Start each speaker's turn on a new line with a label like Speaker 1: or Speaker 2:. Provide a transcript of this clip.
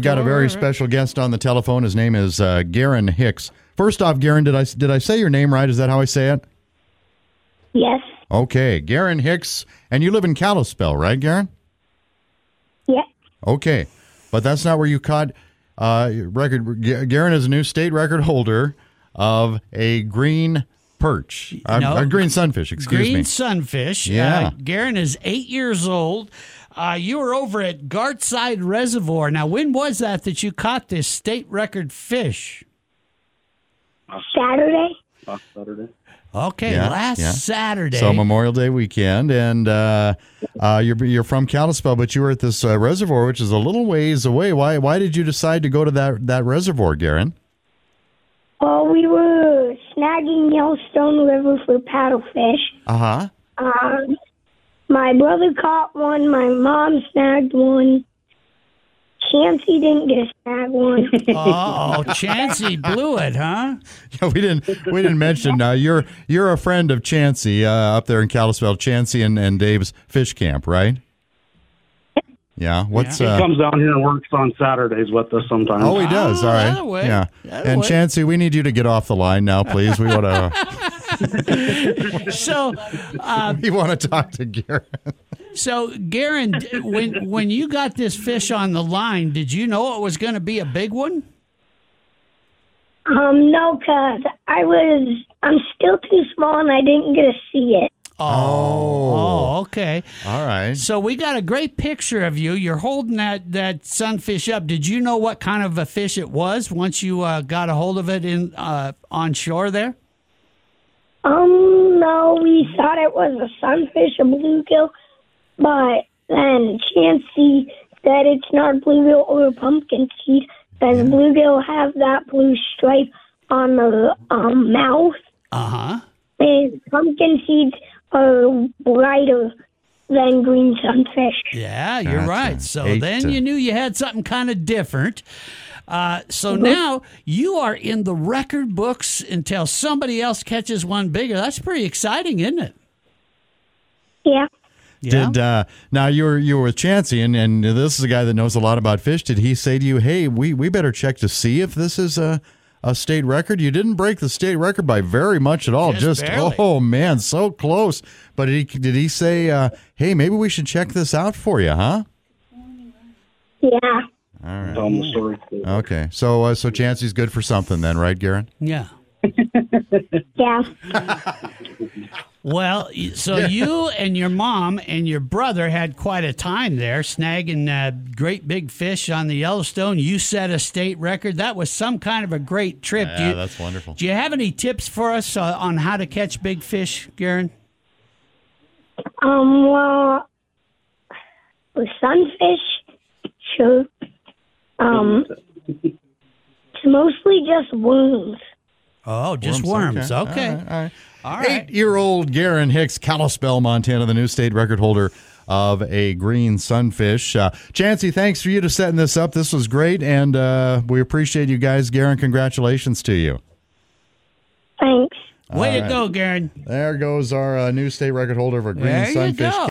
Speaker 1: Got a very special guest on the telephone. His name is uh, Garen Hicks. First off, Garen, did I did I say your name right? Is that how I say it?
Speaker 2: Yes.
Speaker 1: Okay, Garen Hicks, and you live in Kalispell, right, Garen?
Speaker 2: Yeah.
Speaker 1: Okay, but that's not where you caught uh, record. G- Garen is a new state record holder of a green perch, uh,
Speaker 3: No.
Speaker 1: a green sunfish. Excuse
Speaker 3: green
Speaker 1: me.
Speaker 3: sunfish.
Speaker 1: Yeah.
Speaker 3: Uh, Garen is eight years old. Uh, you were over at Gartside Reservoir. Now, when was that that you caught this state record fish?
Speaker 2: Saturday.
Speaker 4: last Saturday.
Speaker 3: Okay,
Speaker 1: Yeah,
Speaker 3: last
Speaker 1: yeah.
Speaker 3: Saturday.
Speaker 1: So Memorial Day weekend, and uh, uh, you're you're from Kalispell, but you were at this uh, reservoir, which is a little ways away. Why why did you decide to go to that that reservoir, Garen?
Speaker 2: Well, we were snagging Yellowstone River for paddlefish.
Speaker 1: Uh huh.
Speaker 2: Um, my brother caught one. My mom snagged one. Chancey didn't get a snag one.
Speaker 3: oh, Chancey blew it, huh?
Speaker 1: Yeah, we didn't we didn't mention uh, you're you're a friend of Chansey uh, up there in Kalispell, Chansey and, and Dave's fish camp, right? Yeah. What's
Speaker 4: He
Speaker 1: uh,
Speaker 4: comes down here and works on Saturdays with us sometimes.
Speaker 1: Oh, he does.
Speaker 3: Oh,
Speaker 1: All right.
Speaker 3: that'll work.
Speaker 1: Yeah.
Speaker 3: That'll
Speaker 1: and
Speaker 3: work.
Speaker 1: Chansey, we need you to get off the line now, please. We want to
Speaker 3: So, uh,
Speaker 1: we want to talk to Garen.
Speaker 3: so Garen, d- when when you got this fish on the line, did you know it was going to be a big one?
Speaker 2: um, no, 'cause I was, I'm still too small and I didn't get to see it.
Speaker 1: Oh.
Speaker 3: Oh, okay.
Speaker 1: All right.
Speaker 3: So we got a great picture of you. You're holding that that sunfish up. Did you know what kind of a fish it was once you uh, got a hold of it in uh, on shore there?
Speaker 2: Um, no, we thought it was a sunfish, a bluegill, but then Chancey said it's not bluegill or a pumpkin seed because bluegill have that blue stripe on the um, mouth,
Speaker 3: Uh huh.
Speaker 2: and pumpkin seeds are brighter than green sunfish.
Speaker 3: Yeah, you're
Speaker 1: Gotcha.
Speaker 3: right. So
Speaker 1: Eight
Speaker 3: then
Speaker 1: to-
Speaker 3: you knew you had something kind of different. Uh, so now you are in the record books until somebody else catches one bigger. That's pretty exciting, isn't it?
Speaker 2: Yeah.
Speaker 3: Yeah.
Speaker 1: Did uh, now you were you were with Chansey, and, and this is a guy that knows a lot about fish. Did he say to you, "Hey, we, we better check to see if this is a a state record"? You didn't break the state record by very much at all. Just,
Speaker 3: Just barely.
Speaker 1: oh man, so close. But did he, did he say, uh, "Hey, maybe we should check this out for you"? Huh?
Speaker 2: Yeah.
Speaker 4: Tell him the story.
Speaker 1: Okay. So uh, so Chansey's good for something then, right, Garen?
Speaker 3: yeah.
Speaker 2: Yeah.
Speaker 3: Well, y- so you and your mom and your brother had quite a time there snagging uh, great big fish on the Yellowstone. You set a state record. That was some kind of a great trip. Do you-
Speaker 1: wonderful.
Speaker 3: do you have any tips for us uh, on how to catch big fish, Garen?
Speaker 2: Um, well, with sunfish, sure. Um, it's mostly just wounds.
Speaker 3: Oh, just worms. Okay.
Speaker 1: All right.
Speaker 3: All right.
Speaker 1: Eight-year-old Garen Hicks, Kalispell, Montana, the new state record holder of a green sunfish. Uh, Chansey, thanks for you to setting this up. This was great, and uh, we appreciate you guys. Garen, congratulations to you.
Speaker 2: Thanks.
Speaker 3: Way to go, Garen.
Speaker 1: There goes our uh, new state record holder of a green
Speaker 3: There you
Speaker 1: sunfish.
Speaker 3: go.